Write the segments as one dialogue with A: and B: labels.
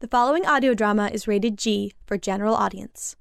A: The following audio drama is rated G for general audience.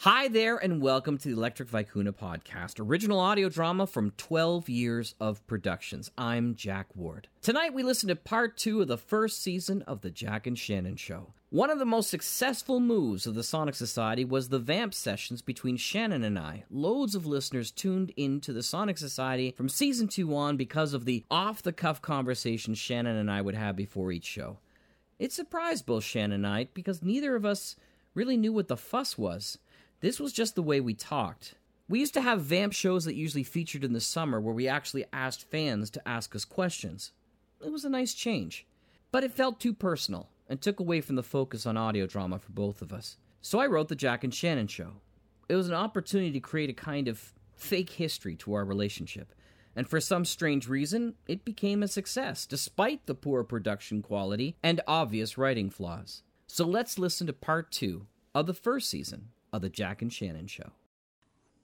B: Hi there, and welcome to the Electric Vicuna podcast, original audio drama from 12 years of productions. I'm Jack Ward. Tonight, we listen to part two of the first season of The Jack and Shannon Show. One of the most successful moves of the Sonic Society was the vamp sessions between Shannon and I. Loads of listeners tuned into the Sonic Society from season two on because of the off the cuff conversations Shannon and I would have before each show. It surprised both Shannon and I because neither of us really knew what the fuss was. This was just the way we talked. We used to have vamp shows that usually featured in the summer where we actually asked fans to ask us questions. It was a nice change. But it felt too personal and took away from the focus on audio drama for both of us. So I wrote The Jack and Shannon Show. It was an opportunity to create a kind of fake history to our relationship. And for some strange reason, it became a success, despite the poor production quality and obvious writing flaws. So let's listen to part two of the first season of The Jack and Shannon Show.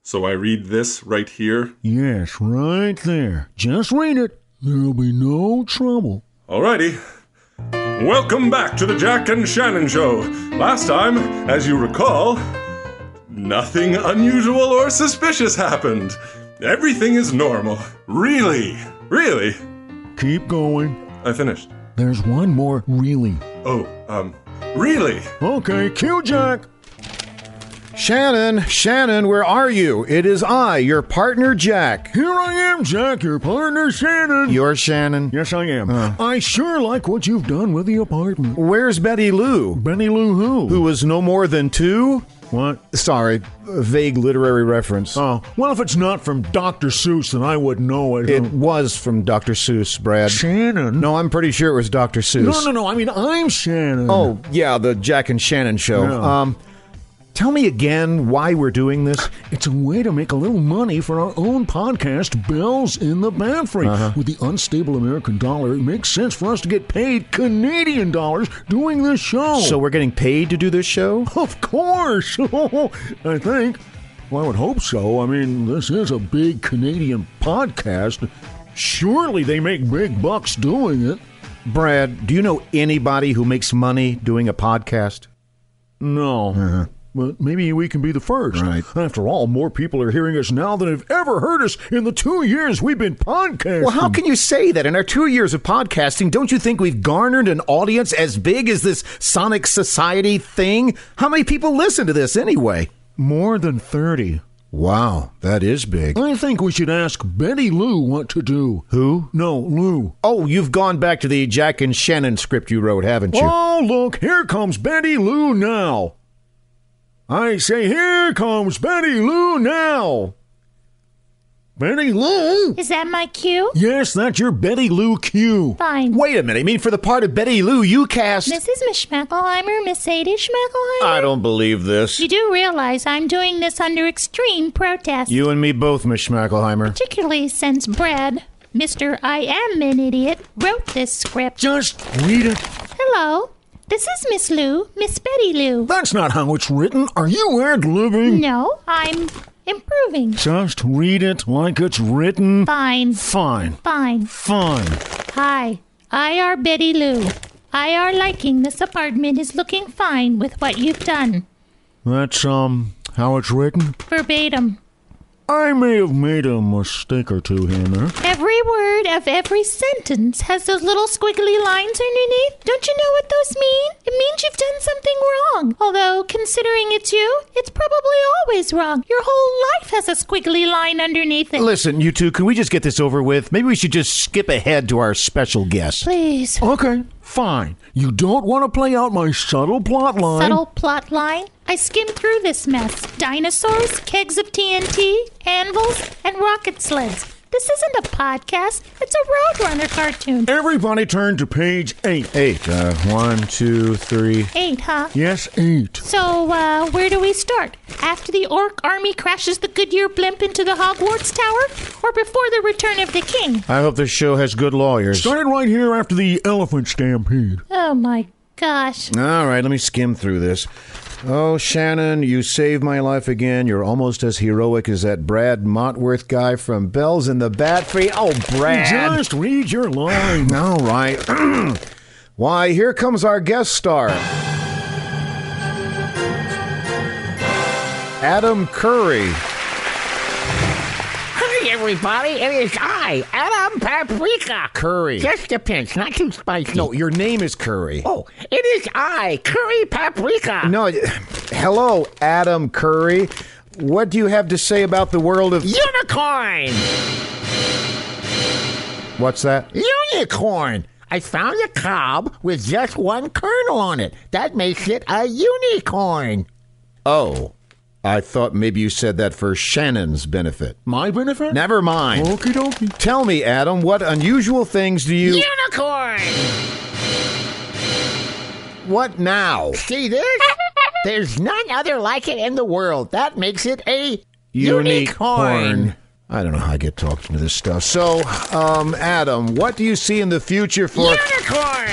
C: So I read this right here.
D: Yes, right there. Just read it. There'll be no trouble.
C: Alrighty. Welcome back to the Jack and Shannon Show. Last time, as you recall, nothing unusual or suspicious happened. Everything is normal. Really? Really?
D: Keep going.
C: I finished.
D: There's one more, really.
C: Oh, um, really?
D: Okay, cue Jack.
E: Shannon, Shannon, where are you? It is I, your partner Jack.
D: Here I am, Jack, your partner, Shannon.
E: You're Shannon.
D: yes, I am. I sure like what you've done with the apartment.
E: Where's Betty Lou?
D: Benny Lou who?
E: Who was no more than two?
D: What?
E: Sorry, a vague literary reference.
D: Oh, well, if it's not from Dr. Seuss, then I would know it.
E: It was from Dr. Seuss, Brad.
D: Shannon?
E: No, I'm pretty sure it was Dr. Seuss.
D: No, no, no. I mean, I'm Shannon.
E: Oh, yeah, the Jack and Shannon show.
D: No.
E: Um, tell me again why we're doing this.
D: It's a way to make a little money for our own podcast, Bells in the Bathroom.
E: Uh-huh.
D: With the unstable American dollar, it makes sense for us to get paid Canadian dollars doing this show.
E: So we're getting paid to do this show?
D: of course, I think. Well, I would hope so. I mean, this is a big Canadian podcast. Surely they make big bucks doing it.
E: Brad, do you know anybody who makes money doing a podcast?
D: No. But maybe we can be the first.
E: Uh-huh. Right.
D: After all, more people are hearing us now than have ever heard us in the two years we've been podcasting.
E: Well, how can you say that? In our two years of podcasting, don't you think we've garnered an audience as big as this Sonic Society thing? How many people listen to this anyway?
D: More than 30.
E: Wow, that is big.
D: I think we should ask Betty Lou what to do.
E: Who?
D: No, Lou.
E: Oh, you've gone back to the Jack and Shannon script you wrote, haven't you?
D: Oh, look, here comes Betty Lou now. I say, here comes Betty Lou now. Betty Lou?
F: Is that my cue?
D: Yes, that's your Betty Lou cue.
F: Fine.
E: Wait a minute. I mean, for the part of Betty Lou you cast.
F: Mrs. Miss Schmeckelheimer, Miss Sadie Schmeckelheimer?
E: I don't believe this.
F: you do realize I'm doing this under extreme protest,
E: You and me both, Miss Schmackelheimer.
F: particularly since Brad, Mr. I Am an Idiot, wrote this script.
D: Just read it.
F: Hello, this is Miss Lou, Miss Betty Lou.
D: That's not how it's written. Are you ad living?
F: No, I'm improving.
D: Just read it like it's written.
F: Fine,
D: Fine.
F: fine.
D: Fine.
F: Hi, I are Betty Lou. I are liking this apartment is looking fine with what you've done.
D: That's, um, how it's written.
F: Verbatim.
D: I may have made a mistake or two here and there.
F: Every word of every sentence has those little squiggly lines underneath. Don't you know what those mean? It means you've done something wrong. Although, considering it's you, it's probably always wrong. Your whole life has a squiggly line underneath it.
E: Listen, you two, can we just get this over with? Maybe we should just skip ahead to our special guest.
F: Please.
D: Okay, fine. You don't want to play out my subtle plot line.
F: Subtle plot line. I skimmed through this mess. Dinosaurs, kegs of TNT, anvils, and rocket sleds. This isn't a podcast. It's a Roadrunner cartoon.
D: Everybody turn to page eight.
E: Eight. Uh, one, two, three.
F: Eight, huh?
D: Yes, eight.
F: So, uh, where do we start? After the orc army crashes the Goodyear blimp into the Hogwarts Tower, or before the return of the king?
E: I hope this show has good lawyers.
D: Started right here after the elephant stampede.
F: Oh my gosh.
E: All right, let me skim through this. Oh, Shannon, you saved my life again. You're almost as heroic as that Brad Motworth guy from Bells in the Bat Free. Oh, Brad.
D: Just read your line.
E: All right. Why, here comes our guest star. Adam Curry.
G: Hi, everybody. It is I, Adam Paprika.
E: Curry.
G: Just a pinch, not too spicy.
E: No, your name is Curry.
G: Oh, it is I, Curry Paprika.
E: No, hello, Adam Curry. What do you have to say about the world of.
G: Unicorn.
E: What's that?
G: Unicorn. I found a cob with just one kernel on it. That makes it a unicorn.
E: Oh, I thought maybe you said that for Shannon's benefit.
D: My benefit?
E: Never mind.
G: Oh.
D: Okie dokie.
E: Tell me, Adam, what unusual things do you.
G: Unicorn.
E: What now?
G: See this? There's none other like it in the world. That makes it a unicorn.
E: I don't know how I get talked into this stuff. So, um, Adam, what do you see in the future for.
G: Unicorn.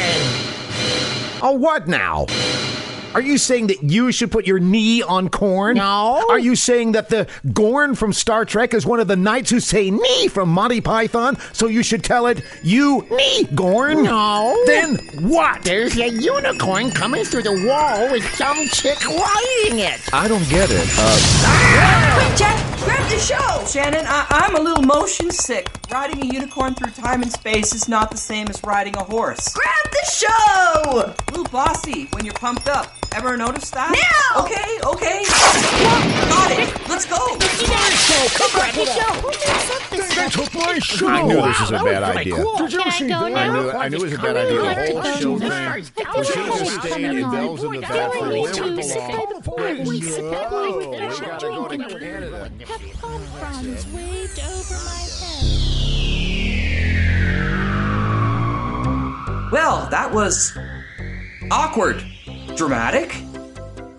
E: Oh, what now? Are you saying that you should put your knee on corn?
G: No.
E: Are you saying that the Gorn from Star Trek is one of the knights who say knee from Monty Python, so you should tell it, you knee, Gorn?
G: No.
E: Then what?
G: There's a unicorn coming through the wall with some chick riding it.
E: I don't get it. Uh,
H: Quick, Jack, grab your show, Shannon. I- I'm a little motion sick. Riding a unicorn through time and space is not the same as riding a horse. Grab the show! A little bossy when you're pumped up. Ever notice that? Now! Okay, okay. Got it. Let's go.
F: Oh,
D: They took my show.
E: I knew this was a bad
G: pretty
E: idea.
G: cool.
D: Did you
F: Can I
D: see
F: go
D: that?
E: I
F: now?
E: knew, I knew it was a bad idea. The whole show thing. We should have just stayed in Bells in the Bat for where we belong.
H: Well, that was awkward. Dramatic,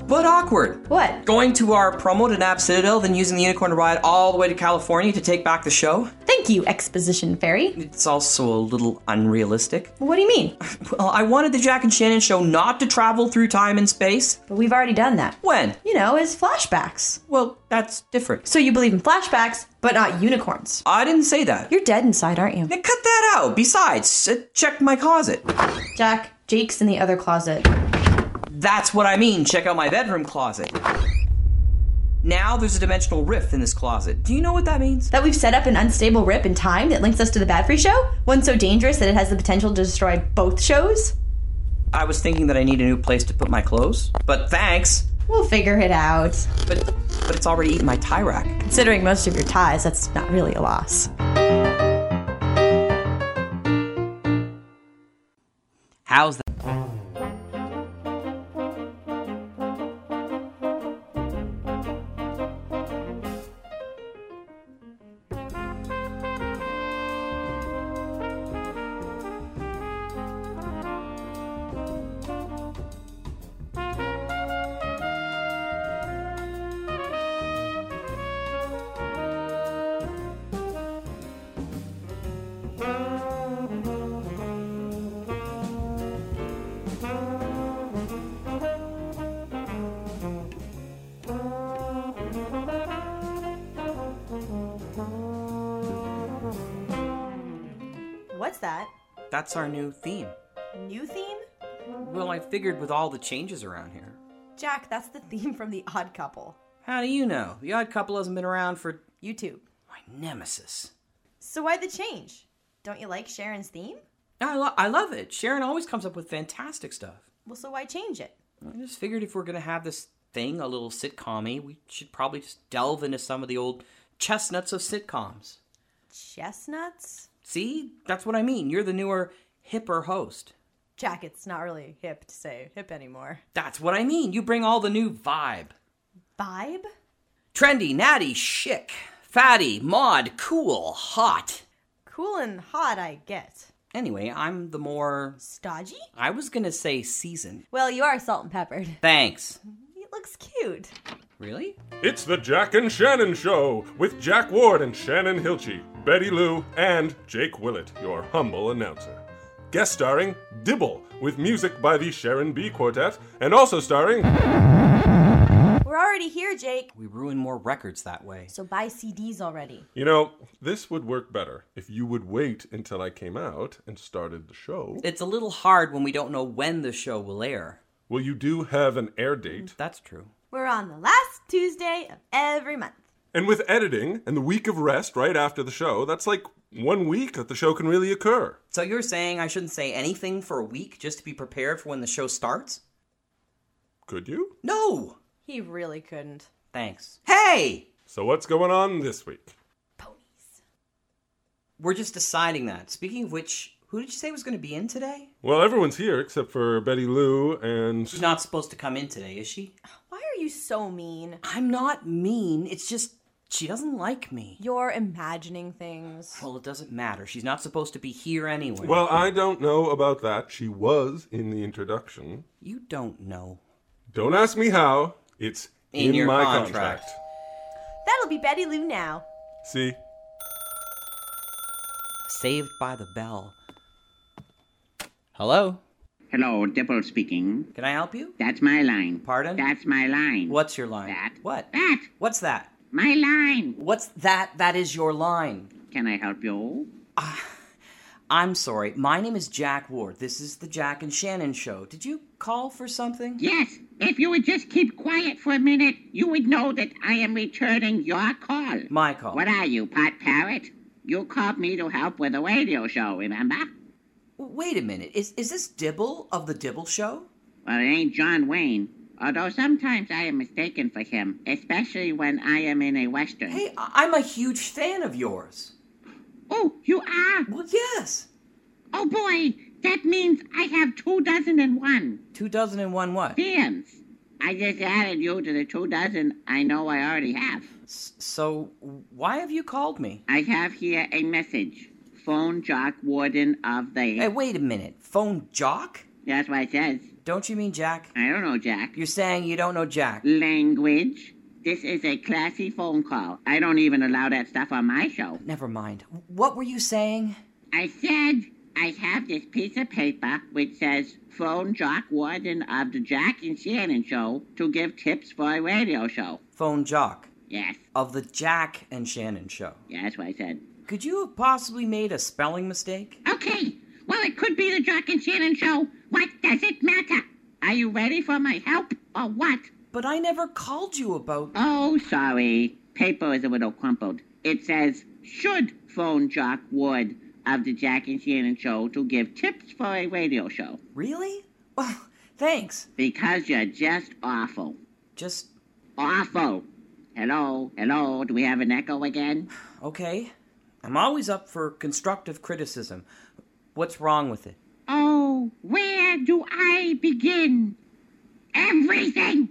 H: but awkward.
B: What?
H: Going to our promo to Nap Citadel, then using the unicorn to ride all the way to California to take back the show?
B: Thank you, Exposition Fairy.
H: It's also a little unrealistic.
B: What do you mean?
H: Well, I wanted the Jack and Shannon show not to travel through time and space.
B: But we've already done that.
H: When?
B: You know, as flashbacks.
H: Well, that's different.
B: So you believe in flashbacks, but not unicorns.
H: I didn't say that.
B: You're dead inside, aren't you?
H: Now Cut that out. Besides, uh, check my closet.
B: Jack, Jake's in the other closet.
H: That's what I mean. Check out my bedroom closet. Now there's a dimensional rift in this closet. Do you know what that means?
B: That we've set up an unstable rip in time that links us to the Bad Free Show? One so dangerous that it has the potential to destroy both shows?
H: I was thinking that I need a new place to put my clothes, but thanks.
B: We'll figure it out.
H: But but it's already eaten my tie rack.
B: Considering most of your ties, that's not really a loss.
H: How's that?
B: What's that?
H: That's our new theme.
B: New theme?
H: Well, I figured with all the changes around here.
B: Jack, that's the theme from The Odd Couple.
H: How do you know? The Odd Couple hasn't been around for
B: YouTube.
H: my nemesis.
B: So why the change? Don't you like Sharon's theme?
H: I, lo- I love it. Sharon always comes up with fantastic stuff.
B: Well, so why change it?
H: I just figured if we're gonna have this thing a little sitcom we should probably just delve into some of the old chestnuts of sitcoms.
B: Chestnuts?
H: See, that's what I mean. You're the newer, hipper host.
B: Jack, it's not really hip to say hip anymore.
H: That's what I mean. You bring all the new vibe.
B: Vibe?
H: Trendy, natty, chic,
B: Fatty, mod, cool, hot.
H: Cool and hot, I get.
B: Anyway, I'm the more.
H: Stodgy?
B: I was gonna say seasoned.
H: Well, you are salt and peppered.
B: Thanks.
H: It looks cute.
B: Really?
C: It's the Jack and Shannon Show with Jack Ward and Shannon Hilchey, Betty Lou, and Jake Willett, your humble announcer. Guest starring Dibble with music by the Sharon B Quartet, and also starring.
H: We're already here, Jake.
B: We ruin more records that way.
H: So buy CDs already.
C: You know, this would work better if you would wait until I came out and started the show.
B: It's a little hard when we don't know when the show will air.
C: Well, you do have an air date.
B: That's true.
H: We're on the last Tuesday of every month.
C: And with editing and the week of rest right after the show, that's like one week that the show can really occur.
B: So you're saying I shouldn't say anything for a week just to be prepared for when the show starts?
C: Could you?
B: No!
H: He really couldn't.
B: Thanks. Hey!
C: So, what's going on this week?
B: We're just deciding that. Speaking of which, who did you say was going to be in today?
C: Well, everyone's here except for Betty Lou and.
B: She's not supposed to come in today, is she?
H: Why are you so mean?
B: I'm not mean. It's just she doesn't like me.
H: You're imagining things.
B: Well, it doesn't matter. She's not supposed to be here anyway.
C: Well, I don't know about that. She was in the introduction.
B: you don't know.
C: Don't ask me how. It's
B: In
C: in,
B: your
C: my
B: contract.
C: contract.
H: That'll be Betty Lou now.
C: See?
B: Saved by the bell. Hello?
G: Hello, Dipple speaking.
B: Can I help you?
G: That's my line.
B: Pardon?
G: That's my line.
B: What's your line?
G: That.
B: What?
G: That.
B: What's that?
G: My line.
B: What's that? That is your line.
G: Can I help you?
B: I'm sorry. My name is Jack Ward. This is the Jack and Shannon show. Did you call for something?
G: Yes. If you would just keep quiet for a minute, you would know that I am returning your call.
B: My call.
G: What are you, pot parrot? You called me to help with the radio show, remember?
B: Wait a minute. Is is this Dibble of the Dibble show?
G: Well, it ain't John Wayne. Although sometimes I am mistaken for him, especially when I am in a western.
B: Hey, I- I'm a huge fan of yours.
G: Oh, you are?
B: Well, yes.
G: Oh boy, that means I have two dozen and one.
B: Two dozen and one what?
G: fans. I just added you to the two dozen I know I already have.
B: S- so why have you called me?
G: I have here a message. Phone Jock Warden of the.
B: Hey, wait a minute. Phone Jock?
G: That's what it says.
B: Don't you mean Jack?
G: I don't know, Jack.
B: You're saying you don't know Jack.
G: Language. This is a classy phone call. I don't even allow that stuff on my show.
B: Never mind. What were you saying?
G: I said I have this piece of paper which says Phone Jock Warden of the Jack and Shannon Show to give tips for a radio show.
B: Phone Jock
G: Yes,
B: of the Jack and Shannon show.
G: yeah, that's what I said.
B: Could you have possibly made a spelling mistake?
G: Okay, well, it could be the Jock and Shannon show. What does it matter? Are you ready for my help or what?
B: But I never called you about.
G: Oh, sorry. Paper is a little crumpled. It says, should phone Jock Ward of the Jack and Shannon show to give tips for a radio show.
B: Really? Well, thanks.
G: Because you're just awful.
B: Just
G: Awful. Hello, hello, do we have an echo again?
B: okay. I'm always up for constructive criticism. What's wrong with it?
G: Oh, where do I begin? Everything!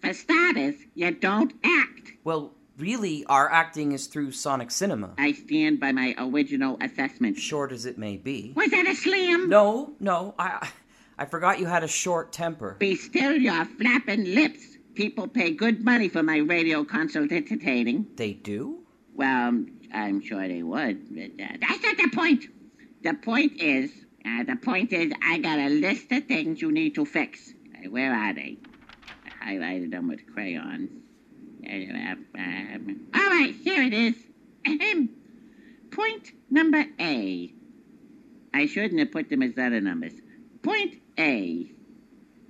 G: For starters, you don't act.
B: Well, really, our acting is through Sonic Cinema,
G: I stand by my original assessment.
B: short as it may be.
G: Was that a slam?
B: No, no, I, I forgot you had a short temper.
G: Be still your flapping lips. People pay good money for my radio consultating.
B: They do?
G: Well, I'm- I'm sure they would, but uh, that's not the point. The point is, uh, the point is, I got a list of things you need to fix. Uh, where are they? I highlighted them with crayons. uh, um, All right, here it is. Ahem. Point number A. I shouldn't have put them as letter numbers. Point A.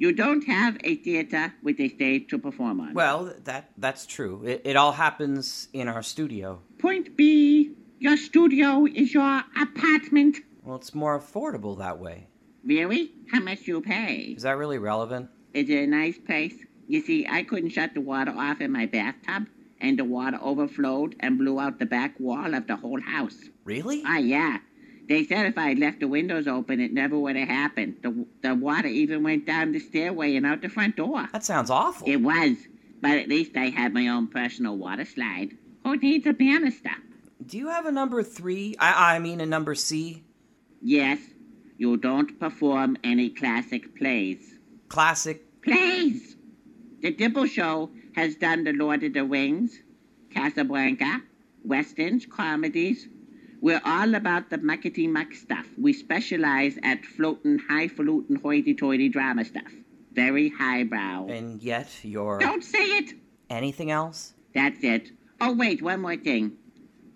G: You don't have a theater with a stage to perform on.
B: Well, that that's true. It, it all happens in our studio.
G: Point B, your studio is your apartment.
B: Well, it's more affordable that way.
G: Really? How much you pay?
B: Is that really relevant?
G: Is it a nice place? You see, I couldn't shut the water off in my bathtub, and the water overflowed and blew out the back wall of the whole house.
B: Really?
G: Ah, yeah. They said if I had left the windows open, it never would have happened. The, the water even went down the stairway and out the front door.
B: That sounds awful.
G: It was, but at least I had my own personal water slide. Who needs a banister?
B: Do you have a number three? I, I mean, a number C?
G: Yes, you don't perform any classic plays.
B: Classic?
G: Plays! The Dibble Show has done The Lord of the Rings, Casablanca, West End comedies. We're all about the muckety muck stuff. We specialize at floating, highfalutin, hoity toity drama stuff. Very highbrow.
B: And yet you're.
G: Don't say it!
B: Anything else?
G: That's it. Oh, wait, one more thing.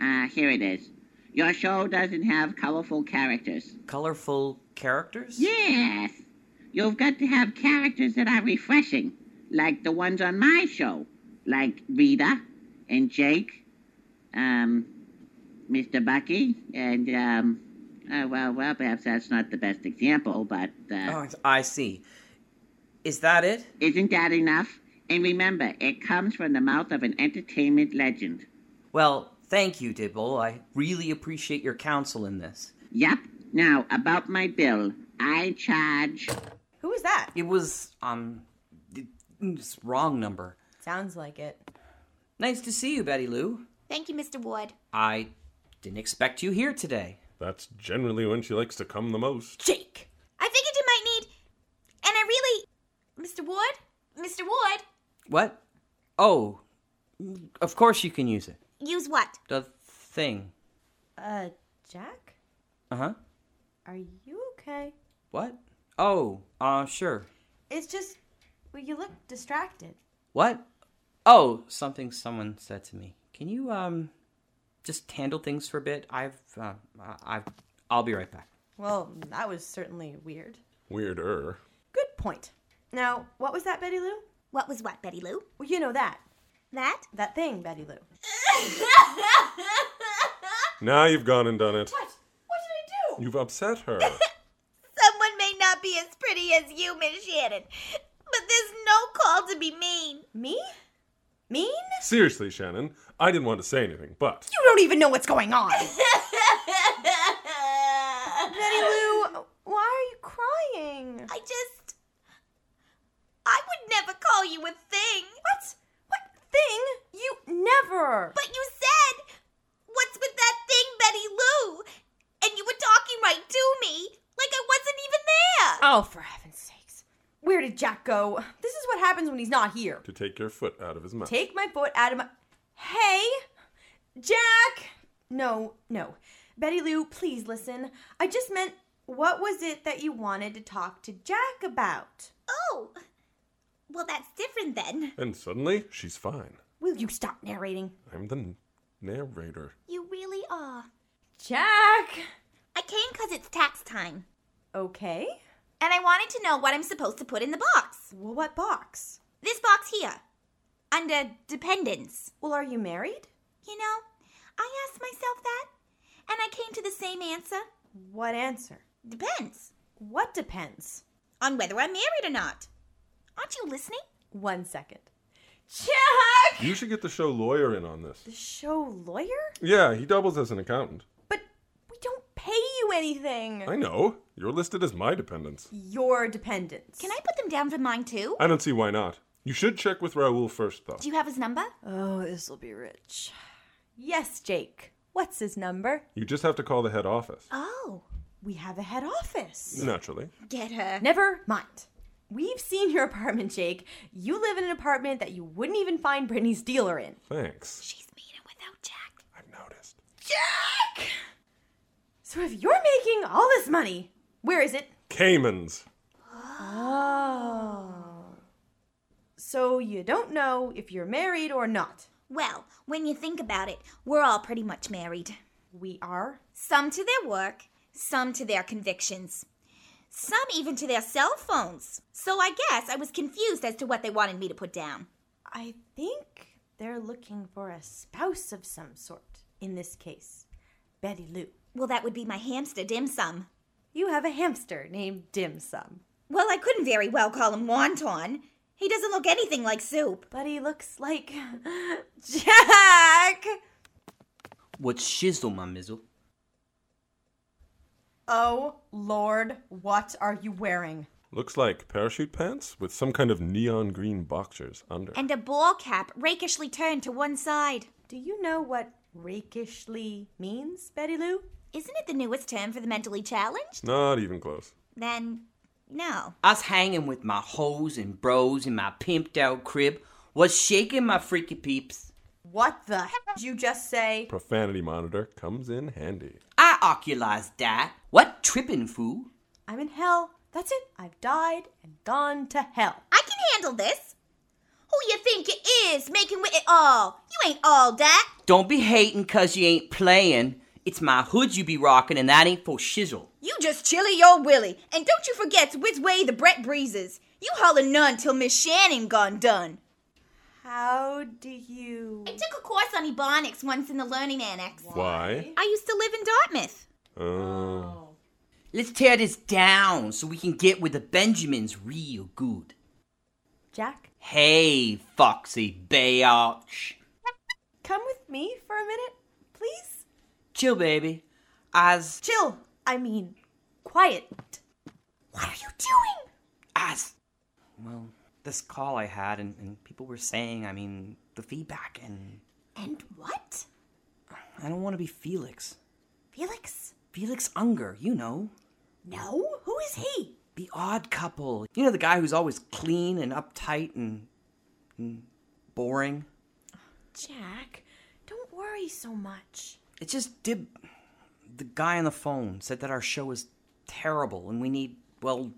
G: Ah, here it is. Your show doesn't have colorful characters.
B: Colorful characters?
G: Yes! You've got to have characters that are refreshing, like the ones on my show, like Rita and Jake, um, Mr. Bucky, and, um, uh, well, well, perhaps that's not the best example, but. Uh,
B: Oh, I see. Is that it?
G: Isn't that enough? And remember, it comes from the mouth of an entertainment legend.
B: Well, thank you, Dibble. I really appreciate your counsel in this.
G: Yep. Now, about my bill, I charge.
H: Who was that?
B: It was, um, th- it's wrong number.
H: Sounds like it.
B: Nice to see you, Betty Lou.
F: Thank you, Mr. Wood.
B: I didn't expect you here today.
C: That's generally when she likes to come the most.
B: Jake!
F: I figured you might need. And I really. Mr. Wood? Mr. Wood?
I: What?
B: Oh, of course you can use it.
F: Use what?
B: The thing.
H: Uh, Jack?
B: Uh huh.
H: Are you okay?
B: What? Oh, uh, sure.
H: It's just. Well, you look distracted.
B: What? Oh, something someone said to me. Can you, um, just handle things for a bit? I've, uh, I- I've, I'll be right back.
H: Well, that was certainly weird.
C: Weirder.
H: Good point. Now, what was that, Betty Lou?
F: What was what, Betty Lou?
H: Well, you know that.
F: That?
H: That thing, Betty Lou.
C: Now you've gone and done it.
F: What did I
C: You've upset her.
F: Someone may not be as pretty as you, Miss Shannon, but there's no call to be mean.
H: Me? Mean?
C: Seriously, Shannon, I didn't want to say anything, but
H: You don't even know what's going on. Betty Lou, why are you crying?
F: I just. I would never call you a thing.
H: What? What thing? You never.
F: But you said, What's with that thing, Betty Lou? And you were talking right to me, like I wasn't even there.
H: Oh, for heaven's sakes. Where did Jack go? This is what happens when he's not here.
C: to take your foot out of his mouth.
H: Take my foot out of my. Hey! Jack! No, no. Betty Lou, please listen. I just meant, what was it that you wanted to talk to Jack about?
F: Oh. Well, that's different then.
C: And suddenly, she's fine.
H: Will you stop narrating?
C: I'm the n- narrator.
F: You really are.
H: Jack!
F: I came 'cause it's tax time,
H: Okay.
F: and I wanted to know what I'm supposed to put in the box.
H: Well, what box?
F: This box here, under dependents.
H: Well, are you married?
F: You know, I asked myself that, and I came to the same answer.
H: What answer?
F: Depends
H: What depends?
F: on whether I'm married or not. Aren't you listening?
H: One second. Jack!
C: You should get the show lawyer in on this.
H: The show lawyer?
C: Yeah, he doubles as an accountant.
H: But we don't pay you anything.
C: I know. You're listed as my dependents.
H: Your dependents.
F: Can I put them down for mine too?
C: I don't see why not. You should check with Raoul first, though.
F: Do you have his number?
H: Oh, this'll be rich. Yes, Jake. What's his number?
C: You just have to call the head office.
F: Oh,
H: We have a head office.
C: Naturally.
F: get her.
H: Never mind. We've seen your apartment, Jake. You live in an apartment that you wouldn't even find Brittany's dealer in.
C: Thanks.
F: She's meaner without Jack.
C: I've noticed.
H: Jack! So if you're making all this money, where is it?
C: Caymans.
H: Oh. So you don't know if you're married or not.
F: Well, when you think about it, we're all pretty much married.
H: We are.
F: Some to their work, some to their convictions, some even to their cell phones. So I guess I was confused as to what they wanted me to put down.
H: I think they're looking for a spouse of some sort. In this case, Betty Lou.
F: Well, that would be my hamster dim sum.
H: You have a hamster named Dim Sum,
F: Well, I couldn't very well call him wonton. He doesn't look anything like soup.
H: but he looks like Jack.
I: What's shizzle, my mizzle?
H: Oh Lord, what are you wearing?
C: Looks like parachute pants with some kind of neon green boxers under.
F: And a ball cap rakishly turned to one side. Do you know what rakishly means, Betty Lou?
J: Isn't it the newest term for the mentally challenged?
C: Not even close.
J: Then, no.
H: I was hanging with my hoes and bros in my pimped out crib, was shaking my freaky peeps.
F: What the heck did you just say?
C: Profanity monitor comes in handy.
H: I oculized that. What trippin' fool?
F: I'm in hell. That's it. I've died and gone to hell.
J: I can handle this. Who you think it is making with it all? You ain't all that.
H: Don't be hating 'cause you ain't playing. It's my hood you be rocking, and that ain't for shizzle.
J: You just chilly your willy, and don't you forget which way the Brett breezes. You holler none till Miss Shannon gone done.
F: How do you?
J: I took a course on Ebonics once in the learning annex.
C: Why?
J: I used to live in Dartmouth.
C: Oh.
H: Let's tear this down so we can get with the Benjamins real good.
F: Jack,
H: Hey, Foxy Bayarch.
F: come with me for a minute, please.
H: Chill, baby. As
F: Chill. I mean, quiet. What are you doing?
H: as well, this call I had, and, and people were saying, I mean, the feedback, and
F: And what?
H: I don't want to be Felix.
F: Felix?
H: Felix Unger, you know,
F: No? Who is he?
H: the odd couple. You know, the guy who's always clean and uptight and, and boring.
F: Jack, don't worry so much.
H: It just did. The guy on the phone said that our show is terrible and we need, well,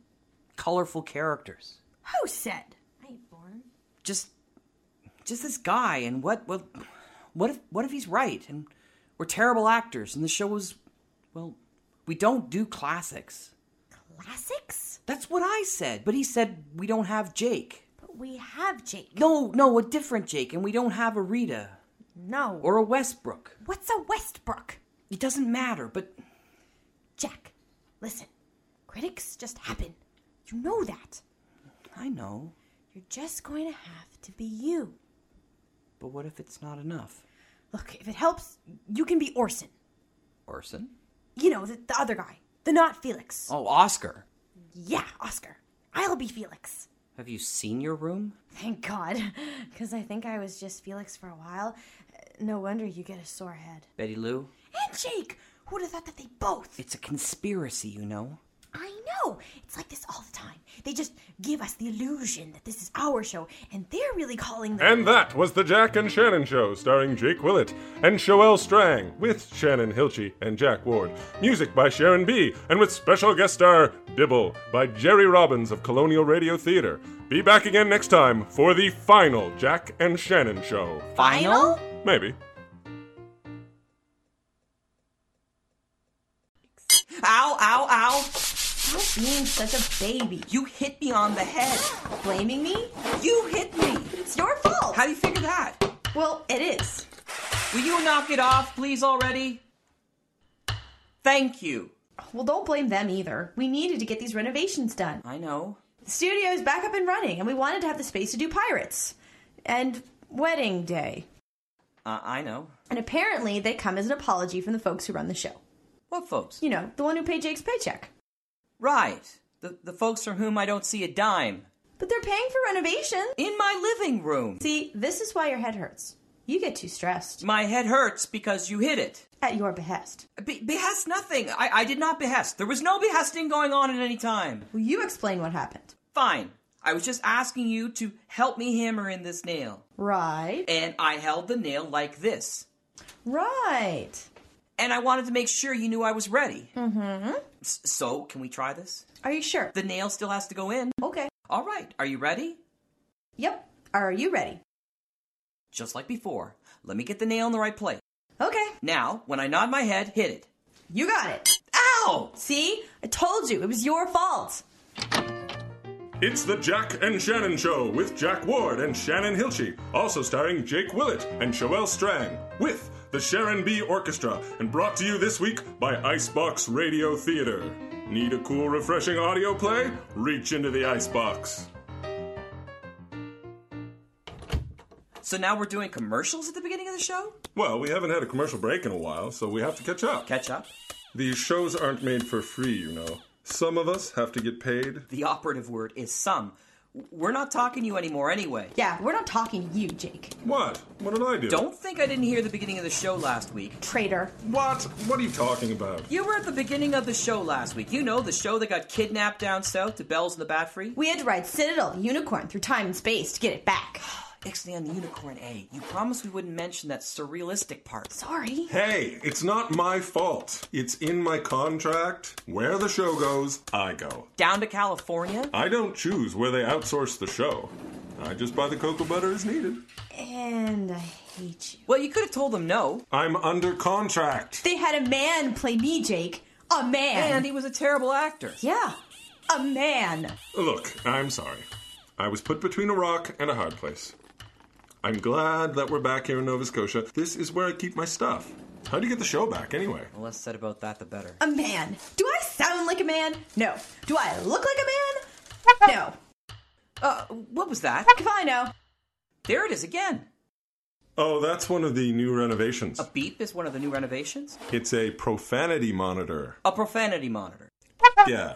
H: colorful characters.
F: Who said? I ain't born.
H: Just, just this guy. And what, well, what if, what if he's right? And we're terrible actors. And the show is, well, we don't do classics.
F: Classics?
H: That's what I said. But he said we don't have Jake.
F: But we have Jake.
H: No, no, a different Jake. And we don't have a Rita
F: No.
H: or a Westbrook.
F: What's a Westbrook?
H: It doesn't matter. But
F: Jack, listen. Critics just happen. You know that.
H: I know.
F: You're just going to have to be you.
H: But what if it's not enough?
F: Look, if it helps, you can be Orson.
H: Orson?
F: You know, the, the other guy. The not Felix.
H: Oh, Oscar.
F: Yeah, Oscar. I'll be Felix.
H: Have you seen your room?
F: Thank God. Because I think I was just Felix for a while. Uh, No wonder you get a sore head.
H: Betty Lou?
F: And Jake! Who'd have thought that they both?
H: It's a conspiracy, you know.
F: I know! It's like this all the time. They just give us the illusion that this is our show, and they're really calling the.
C: And that was the Jack and Shannon Show, starring Jake Willett and Joelle Strang, with Shannon Hilchey and Jack Ward. Music by Sharon B, and with special guest star Dibble by Jerry Robbins of Colonial Radio Theater. Be back again next time for the final Jack and Shannon Show.
H: Final?
C: Maybe.
K: Ow, ow, ow. Stop being such a baby. You hit me on the head. Blaming me? You hit me. It's your fault. How do you figure that? Well, it is.
H: Will you knock it off, please, already? Thank you.
F: Well, don't blame them either. We needed to get these renovations done.
H: I know.
F: The studio's back up and running, and we wanted to have the space to do Pirates and Wedding Day.
H: Uh, I know.
F: And apparently, they come as an apology from the folks who run the show.
H: What folks?
F: You know, the one who paid Jake's paycheck.
H: Right. The, the folks from whom I don't see a dime.
F: But they're paying for renovation.
H: In my living room.
F: See, this is why your head hurts. You get too stressed.
H: My head hurts because you hit it.
F: At your behest.
H: Be- behest nothing. I-, I did not behest. There was no behesting going on at any time.
F: Will you explain what happened?
H: Fine. I was just asking you to help me hammer in this nail.
F: Right.
H: And I held the nail like this.
F: Right.
H: And I wanted to make sure you knew I was ready. Mm hmm. S- so, can we try this?
F: Mm-hmm. Are you sure?
H: The nail still has to go in.
F: Okay.
H: All right. Are you ready?
F: Yep. Are you ready?
H: Just like before. Let me get the nail in the right place.
F: Okay.
H: Now, when I nod my head, hit it.
F: You got it.
H: Ow!
F: See? I told you. It was your fault.
C: It's the Jack and Shannon Show with Jack Ward and Shannon Hilchey, also starring Jake Willett and Joelle Strang, with the Sharon B Orchestra, and brought to you this week by Icebox Radio Theater. Need a cool, refreshing audio play? Reach into the icebox.
H: So now we're doing commercials at the beginning of the show?
C: Well, we haven't had a commercial break in a while, so we have to catch up.
H: Catch up?
C: These shows aren't made for free, you know. Some of us have to get paid.
H: The operative word is some. We're not talking to you anymore anyway.
F: Yeah, we're not talking to you, Jake.
C: What? What did I do?
H: Don't think I didn't hear the beginning of the show last week.
F: Traitor.
C: What? What are you talking about?
H: You were at the beginning of the show last week. You know, the show that got kidnapped down south to Bells and the Bat Free.
F: We had to ride Citadel, the unicorn, through time and space to get it back.
H: Ixnay the unicorn, A. You promised we wouldn't mention that surrealistic part.
F: Sorry.
C: Hey, it's not my fault. It's in my contract. Where the show goes, I go.
H: Down to California?
C: I don't choose where they outsource the show. I just buy the cocoa butter as needed.
F: And I hate you.
H: Well, you could have told them no.
C: I'm under contract.
F: They had a man play me, Jake. A man.
H: And he was a terrible actor.
F: Yeah. A man.
C: Look, I'm sorry. I was put between a rock and a hard place. I'm glad that we're back here in Nova Scotia. This is where I keep my stuff. How do you get the show back anyway?
H: The less said about that, the better.
F: A man. Do I sound like a man? No. Do I look like a man? No.
H: Uh, what was that?
F: If I know.
H: There it is again.
C: Oh, that's one of the new renovations.
H: A beep is one of the new renovations?
C: It's a profanity monitor.
H: A profanity monitor.
C: Yeah.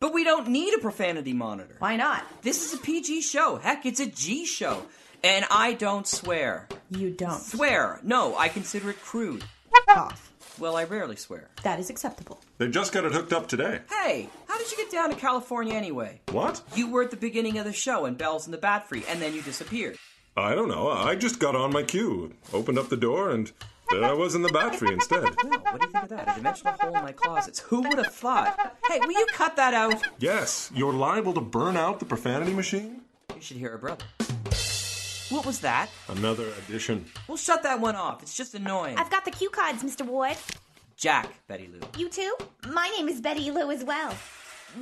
H: But we don't need a profanity monitor.
F: Why not?
H: This is a PG show. Heck, it's a G show. And I don't swear.
F: You don't.
H: Swear. No, I consider it crude.
F: Off.
H: Well, I rarely swear.
F: That is acceptable.
C: They just got it hooked up today.
H: Hey, how did you get down to California anyway?
C: What?
H: You were at the beginning of the show in Bells and the Bat Free, and then you disappeared.
C: I don't know. I just got on my cue, opened up the door, and there I was in the bat free instead.
H: Wow, what do you think of that? A dimensional hole in my closets. Who would have thought? Hey, will you cut that out?
C: Yes, you're liable to burn out the profanity machine.
H: You should hear her brother. What was that?
C: Another addition.
H: We'll shut that one off. It's just annoying.
J: I've got the cue cards, Mr. Ward.
H: Jack, Betty Lou.
J: You too? My name is Betty Lou as well.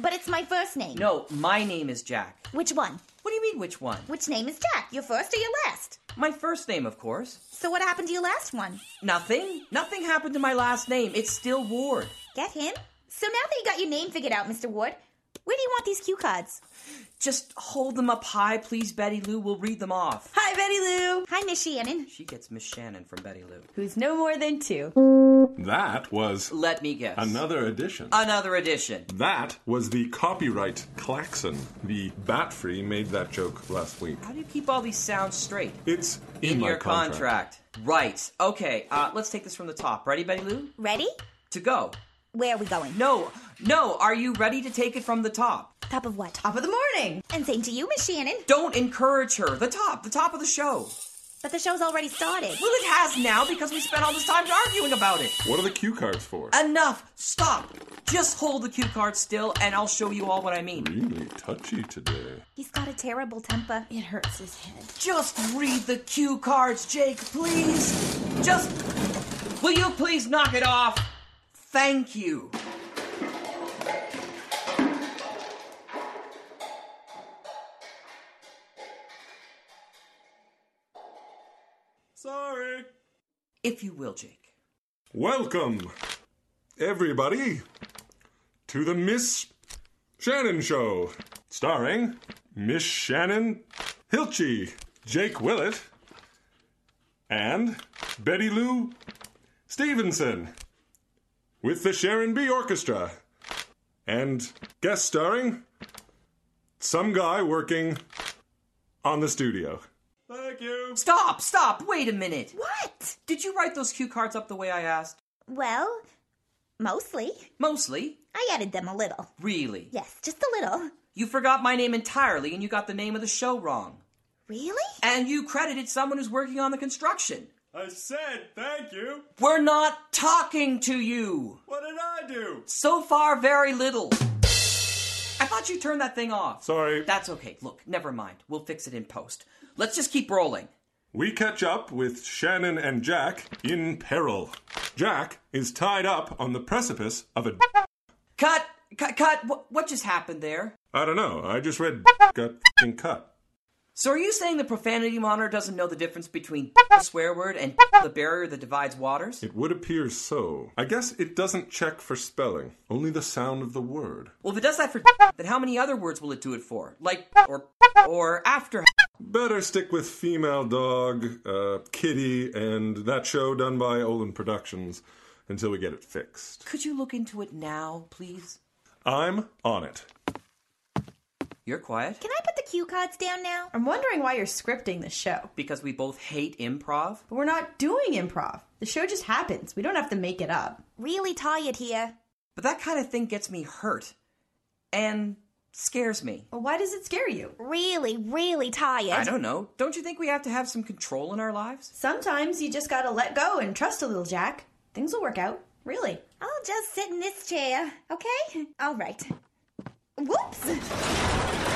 J: But it's my first name.
H: No, my name is Jack.
J: Which one?
H: What do you mean, which one?
J: Which name is Jack? Your first or your last?
H: My first name, of course.
J: So what happened to your last one?
H: Nothing. Nothing happened to my last name. It's still Ward.
J: Get him? So now that you got your name figured out, Mr. Ward, where do you want these cue cards?
H: Just hold them up high, please, Betty Lou. We'll read them off.
F: Hi, Betty Lou.
J: Hi, Miss Shannon.
H: She gets Miss Shannon from Betty Lou.
F: Who's no more than two.
C: That was
H: Let me guess.
C: another addition.
H: Another edition.
C: That was the copyright klaxon. The bat free made that joke last week.
H: How do you keep all these sounds straight?
C: It's in, my
H: your contract. Right. Okay. Uh, let's take this from the top. Ready, Betty Lou?
J: Ready?
H: To go.
J: Where are we going?
H: No. No. Are you ready to take it from the top?
J: Top of what?
F: Top of the morning.
J: And same to you, Miss Shannon.
H: Don't encourage her. The top. The top of the show.
J: But the show's already started.
H: Well, it has now because we spent all this time arguing about it.
C: What are the cue cards for?
H: Enough. Stop. Just hold the cue card still, and I'll show you all what I mean.
C: really touchy today.
J: He's got a terrible temper.
F: It hurts his head.
H: Just read the cue cards, Jake, please. Just. Will you please knock it off? Thank you.
C: Sorry.
H: If you will, Jake.
C: Welcome, everybody, to the Miss Shannon Show, starring Miss Shannon Hilchey, Jake Willett, and Betty Lou Stevenson, with the Sharon B Orchestra, and guest starring some guy working on the studio. Thank you.
H: Stop, stop, wait a minute.
J: What?
H: Did you write those cue cards up the way I asked?
J: Well, mostly.
H: Mostly.
J: I added them a little.
H: Really?
J: Yes, just a little.
H: You forgot my name entirely and you got the name of the show wrong.
J: Really?
H: And you credited someone who's working on the construction.
C: I said thank you.
H: We're not talking to you.
C: What did I do?
H: So far, very little. I thought you turned that thing off.
C: Sorry.
H: That's okay. Look, never mind. We'll fix it in post. Let's just keep rolling.
C: We catch up with Shannon and Jack in peril. Jack is tied up on the precipice of a.
H: Cut! Cut! Cut! What, what just happened there?
C: I don't know. I just read got fing cut.
H: So are you saying the profanity monitor doesn't know the difference between the swear word and the barrier that divides waters?
C: It would appear so. I guess it doesn't check for spelling, only the sound of the word.
H: Well, if it does that for then how many other words will it do it for? Like or or after?
C: Better stick with female dog, uh, kitty, and that show done by Olin Productions until we get it fixed.
H: Could you look into it now, please?
C: I'm on it.
H: You're quiet.
J: Can I put the cue cards down now?
F: I'm wondering why you're scripting this show.
H: Because we both hate improv?
F: But we're not doing improv. The show just happens. We don't have to make it up.
J: Really tired here.
H: But that kind of thing gets me hurt. And scares me.
F: Well, why does it scare you?
J: Really, really tired.
H: I don't know. Don't you think we have to have some control in our lives?
F: Sometimes you just gotta let go and trust a little, Jack. Things will work out. Really.
J: I'll just sit in this chair, okay? All right. Whoops!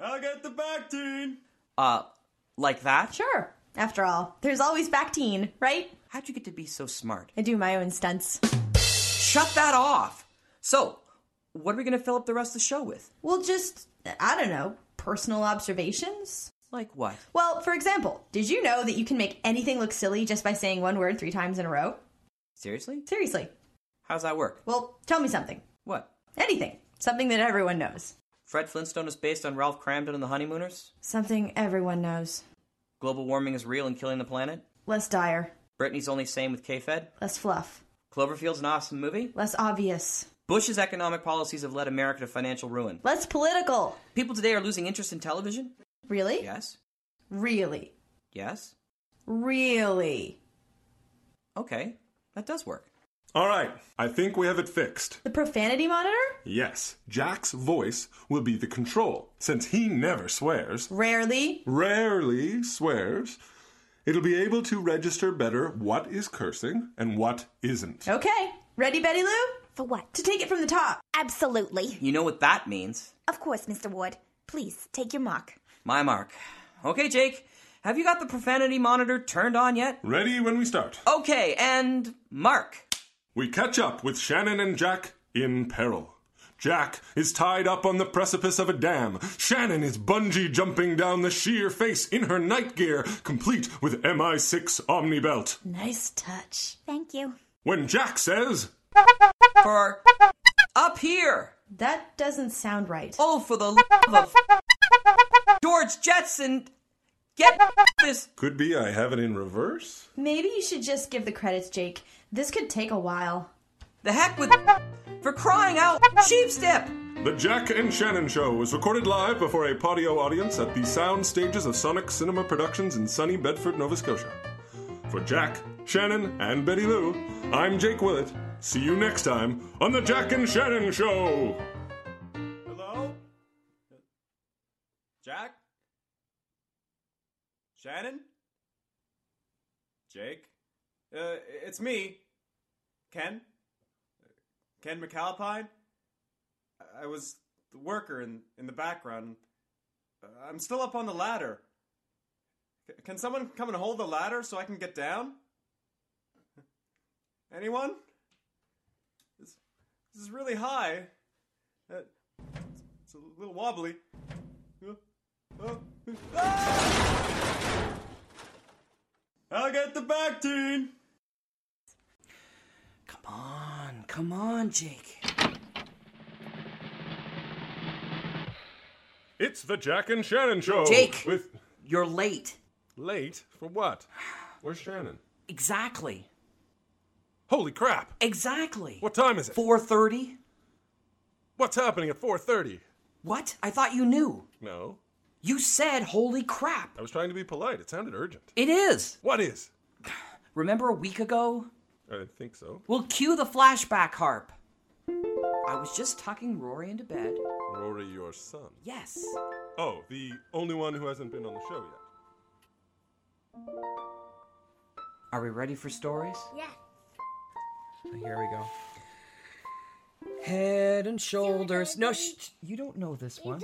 C: I'll get the back teen.
H: Uh, like that?
F: Sure. After all, there's always Bactine, right?
H: How'd you get to be so smart?
F: I do my own stunts.
H: Shut that off! So, what are we gonna fill up the rest of the show with?
F: Well, just, I don't know, personal observations?
H: Like what?
F: Well, for example, did you know that you can make anything look silly just by saying one word three times in a row?
H: Seriously?
F: Seriously.
H: How's that work?
F: Well, tell me something.
H: What?
F: Anything. Something that everyone knows.
H: Fred Flintstone is based on Ralph Cramden and the Honeymooners?
F: Something everyone knows.
H: Global warming is real and killing the planet?
F: Less dire.
H: Britney's only sane with K Fed?
F: Less fluff.
H: Cloverfield's an awesome movie?
F: Less obvious.
H: Bush's economic policies have led America to financial ruin.
F: Less political.
H: People today are losing interest in television?
F: Really?
H: Yes.
F: Really?
H: Yes.
F: Really?
H: Okay, that does work.
C: All right, I think we have it fixed.
F: The profanity monitor?
C: Yes, Jack's voice will be the control, since he never swears.
F: Rarely.
C: Rarely swears. It'll be able to register better what is cursing and what isn't.
F: Okay. Ready, Betty Lou?
J: For what?
F: To take it from the top.
J: Absolutely.
H: You know what that means.
J: Of course, Mr. Ward. Please, take your mark.
H: My mark. Okay, Jake, have you got the profanity monitor turned on yet?
C: Ready when we start.
H: Okay, and mark.
C: We catch up with Shannon and Jack in peril. Jack is tied up on the precipice of a dam. Shannon is bungee jumping down the sheer face in her night gear, complete with MI6 Omni Belt.
F: Nice touch.
J: Thank you.
C: When Jack says,
H: For up here!
F: That doesn't sound right.
H: Oh, for the love of George Jetson, get this.
C: Could be I have it in reverse?
F: Maybe you should just give the credits, Jake. This could take a while.
H: The heck with for crying out, sheep step.
C: The Jack and Shannon Show was recorded live before a patio audience at the sound stages of Sonic Cinema Productions in sunny Bedford, Nova Scotia. For Jack, Shannon, and Betty Lou, I'm Jake Willett. See you next time on The Jack and Shannon Show!
L: Hello? Jack? Shannon? Jake? Uh, it's me. Ken? Ken McAlpine? I- I was the worker in, in the background. Uh, I'm still up on the ladder. C- can someone come and hold the ladder so I can get down? Anyone? This, this is really high. Uh, it's- it's a little wobbly. Uh, uh, ah! I'll get the back team.
H: Come on, come on, Jake.
C: It's The Jack and Shannon Show!
H: Jake,
C: With
H: you're late.
C: Late? For what? Where's Shannon?
H: Exactly.
C: Holy crap!
H: Exactly.
C: What time is it?
H: 4:30?
C: What's happening at 4.30?
H: What? I thought you knew.
C: No.
H: You said holy crap.
C: I was trying to be polite. It sounded urgent.
H: It is.
C: What is?
H: Remember a week ago?
C: I didn't think so.
H: We'll cue the flashback harp. I was just tucking Rory into bed.
C: Rory, your son.
H: Yes.
C: Oh, the only one who hasn't been on the show yet.
H: Are we ready for stories?
J: Yeah.
H: Oh, Here we go. Head and shoulders. No, shh, shh, you don't know this one.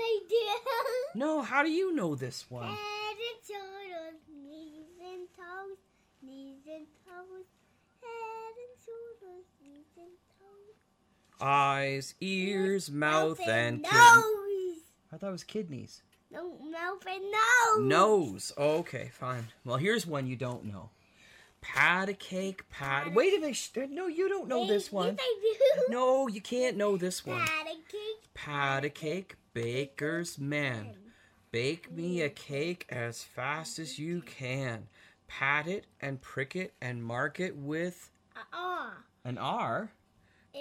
H: No, how do you know this one?
M: Head and shoulders, knees and toes, knees and toes, head and shoulders, knees and toes.
H: Eyes, ears, mouth, and kid-
M: nose.
H: I thought it was kidneys.
M: No, mouth and nose.
H: Nose. okay, fine. Well, here's one you don't know. Pat a cake, pat. Wait a minute. sh- No, you don't know this one.
M: Yes, I do.
H: No, you can't know this one.
M: Pat a cake,
H: Pat a cake,
M: Mm. Mm-hmm.
H: baker's man. Bake me a cake as fast as you can. pat it and prick it and mark it with
M: Ah,
H: an R.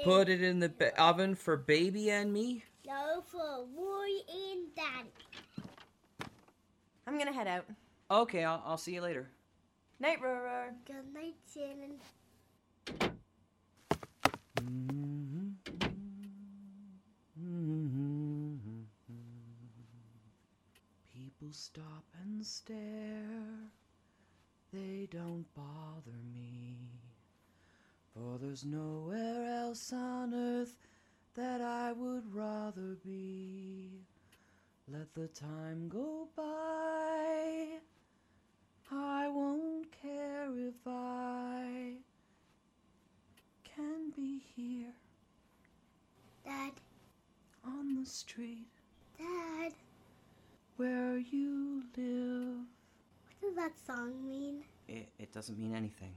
H: Put it in the ba- oven for baby and me.
M: no for Rory and Daddy.
F: I'm gonna head out.
H: Okay, I'll, I'll see you later.
F: Night, Roro.
M: Good night, Shannon.
H: People stop and stare. They don't bother me. For there's nowhere else on earth that I would rather be. Let the time go by. I won't care if I can be here.
M: Dad.
H: On the street.
M: Dad,
H: Where you live.
M: what does that song mean?
H: It, it doesn't mean anything.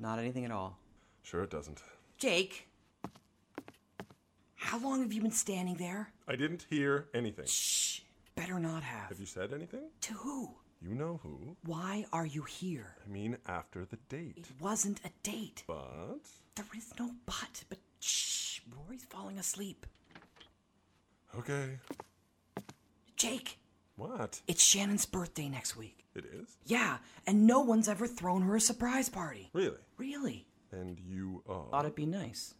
H: Not anything at all.
C: Sure, it doesn't.
H: Jake! How long have you been standing there?
C: I didn't hear anything. Shh.
H: Better not have.
C: Have you said anything?
H: To who?
C: You know who.
H: Why are you here?
C: I mean, after the date.
H: Wasn't a date.
C: But
H: There is no but, but shh, Rory's falling asleep.
C: okay.
H: Jake,
C: What?
H: it's Shannon's birthday next week.
C: It is?
H: Yeah, and no one's ever thrown her a surprise party.
C: Really?
H: Really?
C: And you are.
H: Thought it'd be nice.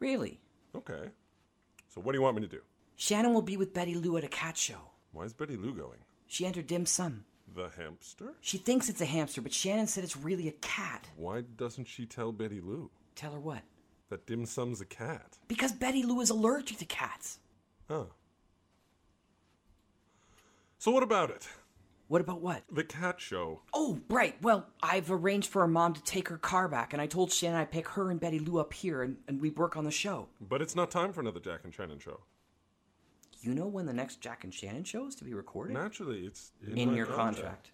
H: Really?
C: Okay. So what do you want me to do?
H: Shannon will be with Betty Lou at a cat show.
C: Why is Betty Lou going?
H: She entered dim sum.
C: The hamster?
H: She thinks it's a hamster, but Shannon said it's really a cat.
C: Why doesn't she tell Betty Lou?
H: Tell her what?
C: That Dim Sum's a cat.
H: Because Betty Lou is allergic to cats.
C: Huh. So what about it?
H: What about what?
C: The cat show.
H: Oh, right. Well, I've arranged for her mom to take her car back, and I told Shannon I'd pick her and Betty Lou up here and, and we'd work on the show.
C: But it's not time for another Jack and Shannon show.
H: You know when the next Jack and Shannon show is to be recorded?
C: Naturally, it's in,
H: In
C: my
H: your contract.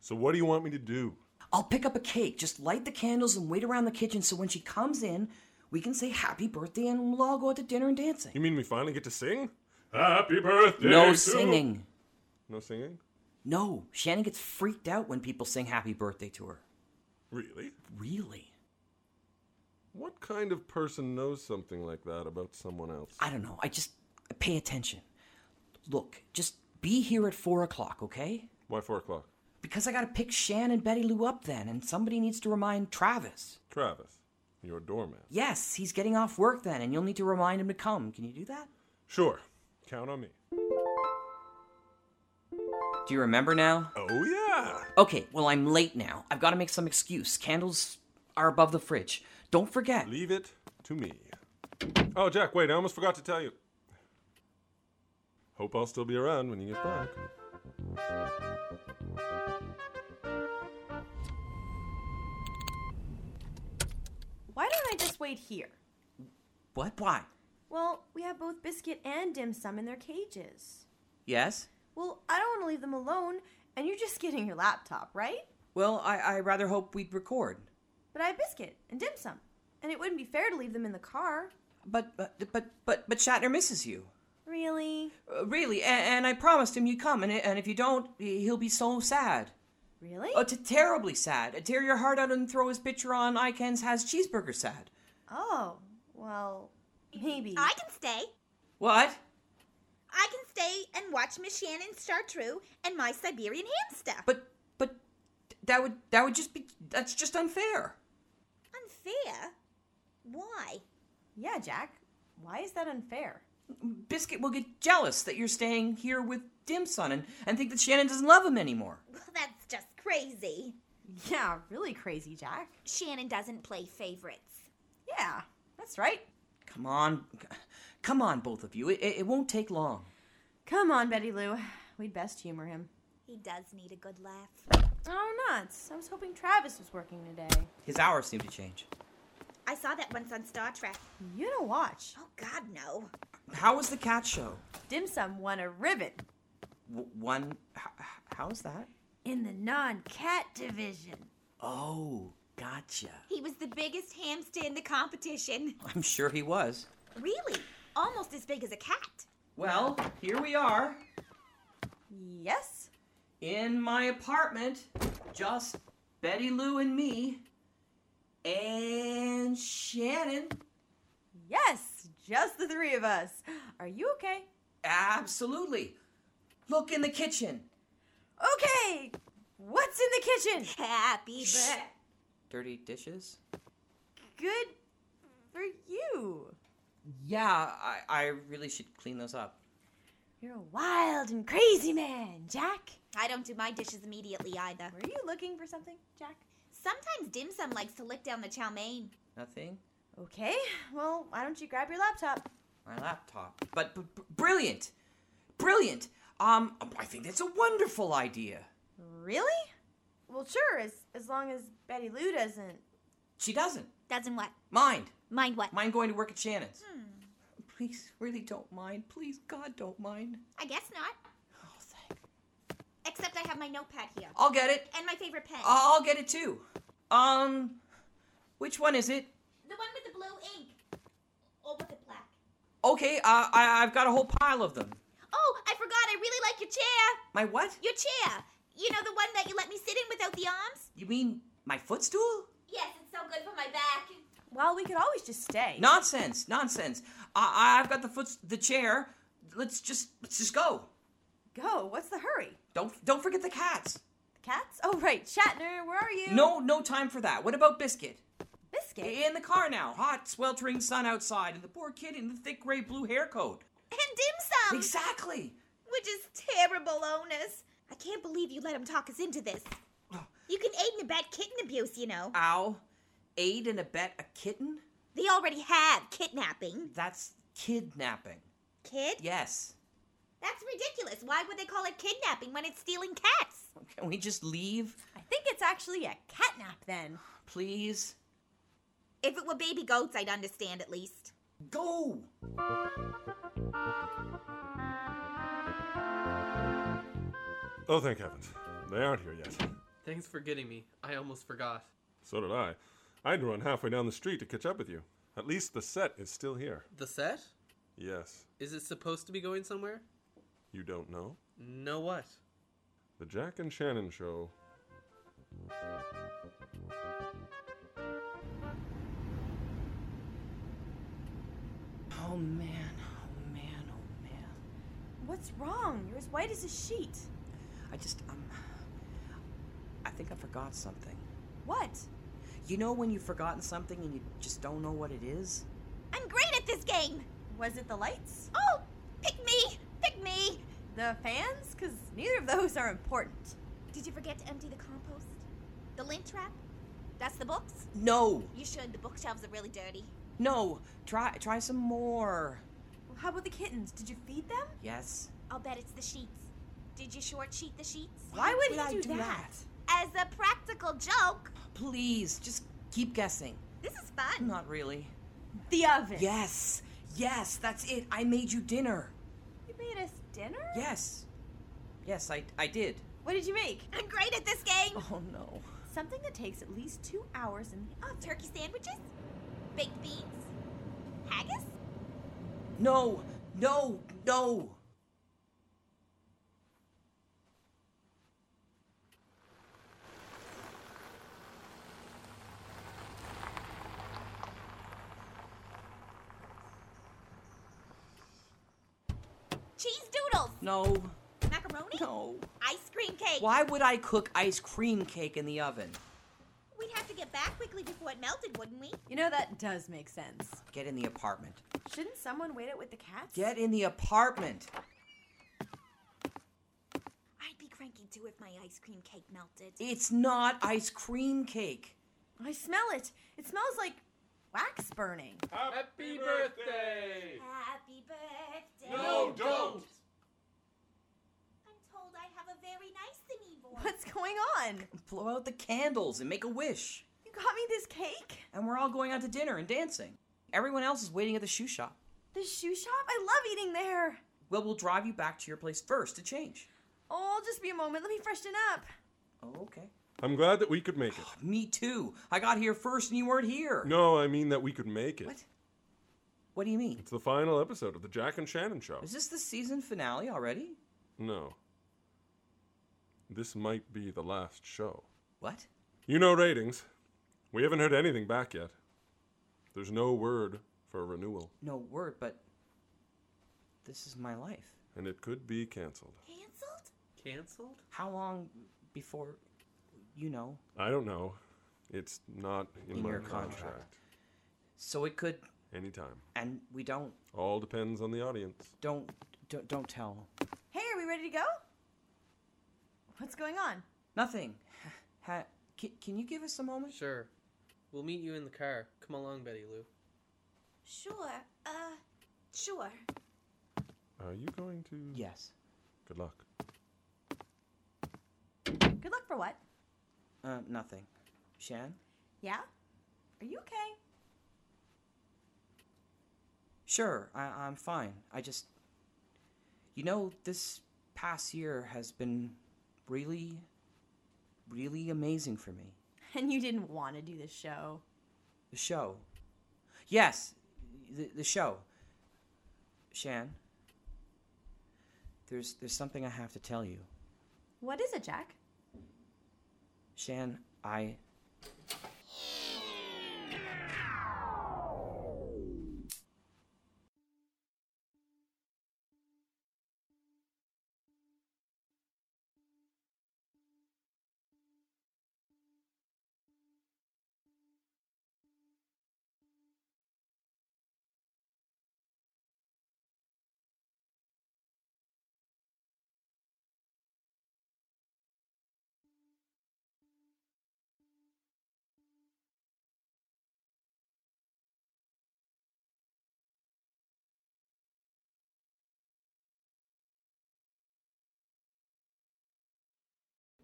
C: So what do you want me to do?
H: I'll pick up a cake, just light the candles and wait around the kitchen so when she comes in, we can say happy birthday and we'll all go out to dinner and dancing.
C: You mean we finally get to sing? Happy birthday.
H: No
C: to-
H: singing.
C: No singing?
H: No, Shannon gets freaked out when people sing happy birthday to her.
C: Really?
H: Really?
C: What kind of person knows something like that about someone else?
H: I don't know. I just pay attention. Look, just be here at four o'clock, okay?
C: Why four o'clock?
H: Because I gotta pick Shan and Betty Lou up then, and somebody needs to remind Travis.
C: Travis, your doorman.
H: Yes, he's getting off work then, and you'll need to remind him to come. Can you do that?
C: Sure. Count on me.
H: Do you remember now?
C: Oh, yeah.
H: Okay, well, I'm late now. I've gotta make some excuse. Candles are above the fridge. Don't forget.
C: Leave it to me. Oh, Jack, wait, I almost forgot to tell you. Hope I'll still be around when you get back.
F: Why don't I just wait here?
H: What? Why?
F: Well, we have both Biscuit and Dim Sum in their cages.
H: Yes?
F: Well, I don't want to leave them alone, and you're just getting your laptop, right?
H: Well, I, I rather hope we'd record.
F: But I have Biscuit and Dim Sum, and it wouldn't be fair to leave them in the car.
H: But, but, but, but, but Shatner misses you.
F: Really?
H: Uh, really, and, and I promised him you'd come, and, i- and if you don't, he- he'll be so sad.
F: Really?
H: Oh, t- terribly sad. Uh, Tear your heart out and throw his picture on Icans has cheeseburger sad.
F: Oh, well, maybe.
J: I can stay.
H: What?
J: I can stay and watch Miss Shannon's chartreuse and my Siberian hamster.
H: But That would that would just be that's just unfair.
J: unfair. Why?
F: Yeah, Jack. Why is that unfair?
H: Biscuit will get jealous that you're staying here with Dim Son and, and think that Shannon doesn't love him anymore.
J: Well, that's just crazy.
F: Yeah, really crazy, Jack.
J: Shannon doesn't play favorites.
F: Yeah, that's right.
H: Come on, c- come on, both of you. It, it, it won't take long.
F: Come on, Betty Lou. We'd best humor him.
J: He does need a good laugh.
F: Oh, nuts. I was hoping Travis was working today.
H: His hours seem to change.
J: I saw that once on Star Trek.
F: You don't watch.
J: Oh, God, no.
H: How was the cat show?
F: Dim Sum won a ribbon
H: W- one, h- h- how's that?
F: in the non cat division.
H: Oh, gotcha.
J: He was the biggest hamster in the competition.
H: I'm sure he was.
J: Really? Almost as big as a cat.
H: Well, here we are
F: Yes?
H: in my apartment. Just Betty Lou and me. And Shannon.
F: Yes, just the three of us. Are you okay?
H: Absolutely. Look in the kitchen.
F: Okay, what's in the kitchen?
J: Happy birthday.
H: Dirty dishes?
F: Good for you.
H: Yeah, I, I really should clean those up.
F: You're a wild and crazy man, Jack.
J: I don't do my dishes immediately either.
F: Were you looking for something, Jack?
J: Sometimes dim sum likes to lick down the chow mein.
H: Nothing?
F: Okay, well, why don't you grab your laptop?
H: My laptop. But, but br- brilliant! Brilliant! Um, I think that's a wonderful idea.
F: Really? Well, sure, as, as long as Betty Lou doesn't.
H: She doesn't.
J: Doesn't what?
H: Mind.
J: Mind what?
H: Mind going to work at Shannon's. Please, really don't mind. Please, God, don't mind.
J: I guess not. Except I have my notepad here.
H: I'll get it.
J: And my favorite pen.
H: I'll I'll get it too. Um, which one is it?
J: The one with the blue ink. Or with the black.
H: Okay, uh, I, I've got a whole pile of them.
J: Oh, I forgot. I really like your chair.
H: My what?
J: Your chair. You know, the one that you let me sit in without the arms?
H: You mean my footstool?
J: Yes, it's so good for my back.
F: Well, we could always just stay.
H: Nonsense, nonsense. I, I've got the foot, the chair. Let's just, let's just go.
F: Go, what's the hurry?
H: Don't, don't forget the cats.
F: The cats? Oh, right, Shatner, where are you?
H: No, no time for that. What about Biscuit?
F: Biscuit?
H: In the car now. Hot, sweltering sun outside, and the poor kid in the thick gray blue hair coat.
J: And dim sum.
H: Exactly.
J: Which is terrible, Onus. I can't believe you let him talk us into this. You can aid and abet kitten abuse, you know.
H: Ow. Aid and abet a kitten?
J: They already have kidnapping.
H: That's kidnapping.
J: Kid?
H: Yes.
J: That's ridiculous. Why would they call it kidnapping when it's stealing cats?
H: Can we just leave?
F: I think it's actually a catnap then.
H: Please?
J: If it were baby goats, I'd understand at least.
H: Go!
C: Oh, thank heavens. They aren't here yet.
N: Thanks for getting me. I almost forgot.
C: So did I. I had to run halfway down the street to catch up with you. At least the set is still here.
N: The set?
C: Yes,
N: Is it supposed to be going somewhere?
C: you don't know?
N: No what?
C: The Jack and Shannon Show.
H: Oh man, oh man, oh man.
F: What's wrong? You're as white as a sheet.
H: I just, um. I think I forgot something.
F: What?
H: You know when you've forgotten something and you just don't know what it is?
J: I'm great at this game.
F: Was it the lights?
J: Oh, pick me, pick me.
F: The fans? Because neither of those are important.
J: Did you forget to empty the compost? The lint trap? That's the books?
H: No!
J: You should. The bookshelves are really dirty.
H: No! Try try some more.
F: Well, how about the kittens? Did you feed them?
H: Yes.
J: I'll bet it's the sheets. Did you short sheet the sheets?
F: Why would
H: would
F: he
H: I
F: do,
H: do
F: that?
J: As a practical joke,
H: Please, just keep guessing.
J: this is fun.
H: Not really.
F: The oven.
H: Yes! Yes, that's it. I made you dinner.
F: You made us dinner?
H: Yes. Yes, I I did.
F: What did you make?
J: I'm great at this game.
H: Oh no.
F: Something that takes at least two hours in the oven.
J: Turkey sandwiches? Baked beans? Haggis?
H: No, no, no.
J: Cheese doodles?
H: No,
J: Macaroni?
H: no.
J: Ice cream cake?
H: Why would I cook ice cream cake in the oven?
J: We'd have to get back quickly before it melted, wouldn't we?
F: You know, that does make sense.
H: Get in the apartment.
F: Shouldn't someone wait it with the cats?
H: Get in the apartment.
J: I'd be cranky too if my ice cream cake melted.
H: It's not ice cream cake.
F: I smell it. It smells like wax burning.
N: Happy birthday!
J: Happy birthday.
N: No, don't!
J: I'm told I have a very nice thingy voice.
F: What's going on?
H: Blow out the candles and make a wish.
F: You got me this cake?
H: And we're all going out to dinner and dancing. Everyone else is waiting at the shoe shop.
F: The shoe shop? I love eating there.
H: Well, we'll drive you back to your place first to change.
F: Oh, just be a moment. Let me freshen up.
H: Oh, okay.
C: I'm glad that we could make it.
H: Me too. I got here first and you weren't here.
C: No, I mean that we could make it.
H: What? What do you mean?
C: It's the final episode of the Jack and Shannon Show.
H: Is this the season finale already?
C: No. This might be the last show.
H: What?
C: You know ratings. We haven't heard anything back yet. There's no word for a renewal,
H: No word, but this is my life.
C: and it could be canceled.
J: Canceled?
N: Canceled?
H: How long before, you know?
C: I don't know. It's not in,
H: In
C: my
H: your
C: contract.
H: contract. So it could,
C: Anytime.
H: and we don't,
C: All depends on the audience.
H: don't, don't, don't tell.
F: Hey, are we ready to go? What's going on?
H: Nothing. Ha, can, can you give us a moment?
N: Sure. We'll meet you in the car. Come along, Betty Lou.
J: Sure. Uh, sure.
C: Are you going to?
H: Yes.
C: Good luck.
F: Good luck for what?
H: Uh, nothing. Shan?
F: Yeah? Are you okay?
H: Sure, I, I'm fine. I just. You know, this past year has been really, really amazing for me.
F: And you didn't want to do this show.
H: The show. Yes, the, the show. Shan, there's, there's something I have to tell you.
F: What is it, Jack?
H: Shan, I.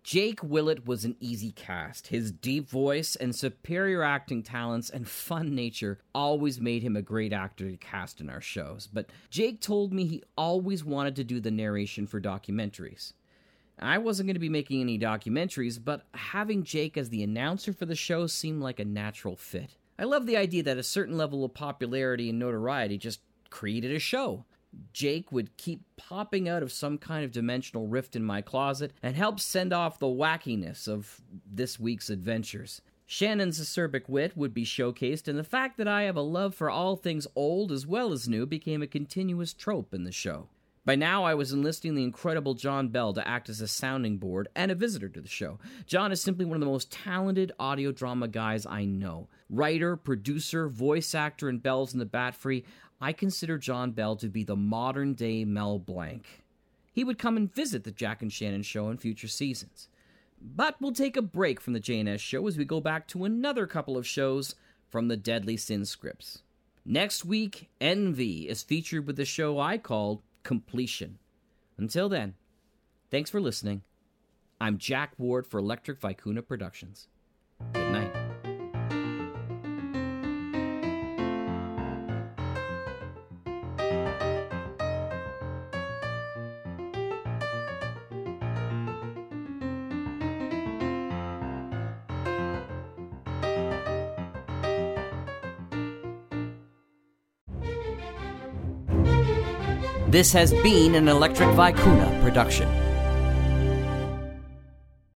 B: Jake Willett was an easy cast. His deep voice and superior acting talents and fun nature always made him a great actor to cast in our shows. But Jake told me he always wanted to do the narration for documentaries. I wasn't going to be making any documentaries, but having Jake as the announcer for the show seemed like a natural fit. I love the idea that a certain level of popularity and notoriety just created a show. Jake would keep popping out of some kind of dimensional rift in my closet and help send off the wackiness of this week's adventures. Shannon's acerbic wit would be showcased, and the fact that I have a love for all things old as well as new became a continuous trope in the show. By now, I was enlisting the incredible John Bell to act as a sounding board and a visitor to the show. John is simply one of the most talented audio drama guys I know. Writer, producer, voice actor, and Bell's in the Bat Free, I consider John Bell to be the modern day Mel Blanc. He would come and visit the Jack and Shannon show in future seasons. But we'll take a break from the JNS show as we go back to another couple of shows from the Deadly Sin scripts. Next week, Envy is featured with the show I called Completion. Until then, thanks for listening. I'm Jack Ward for Electric Vicuna Productions. Good night. This has been an Electric Vicuna production.